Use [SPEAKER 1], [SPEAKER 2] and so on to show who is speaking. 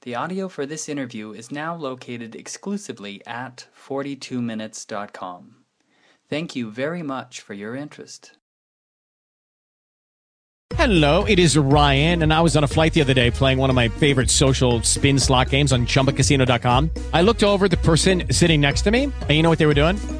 [SPEAKER 1] The audio for this interview is now located exclusively at 42minutes.com. Thank you very much for your interest.
[SPEAKER 2] Hello, it is Ryan, and I was on a flight the other day playing one of my favorite social spin slot games on chumbacasino.com. I looked over at the person sitting next to me, and you know what they were doing?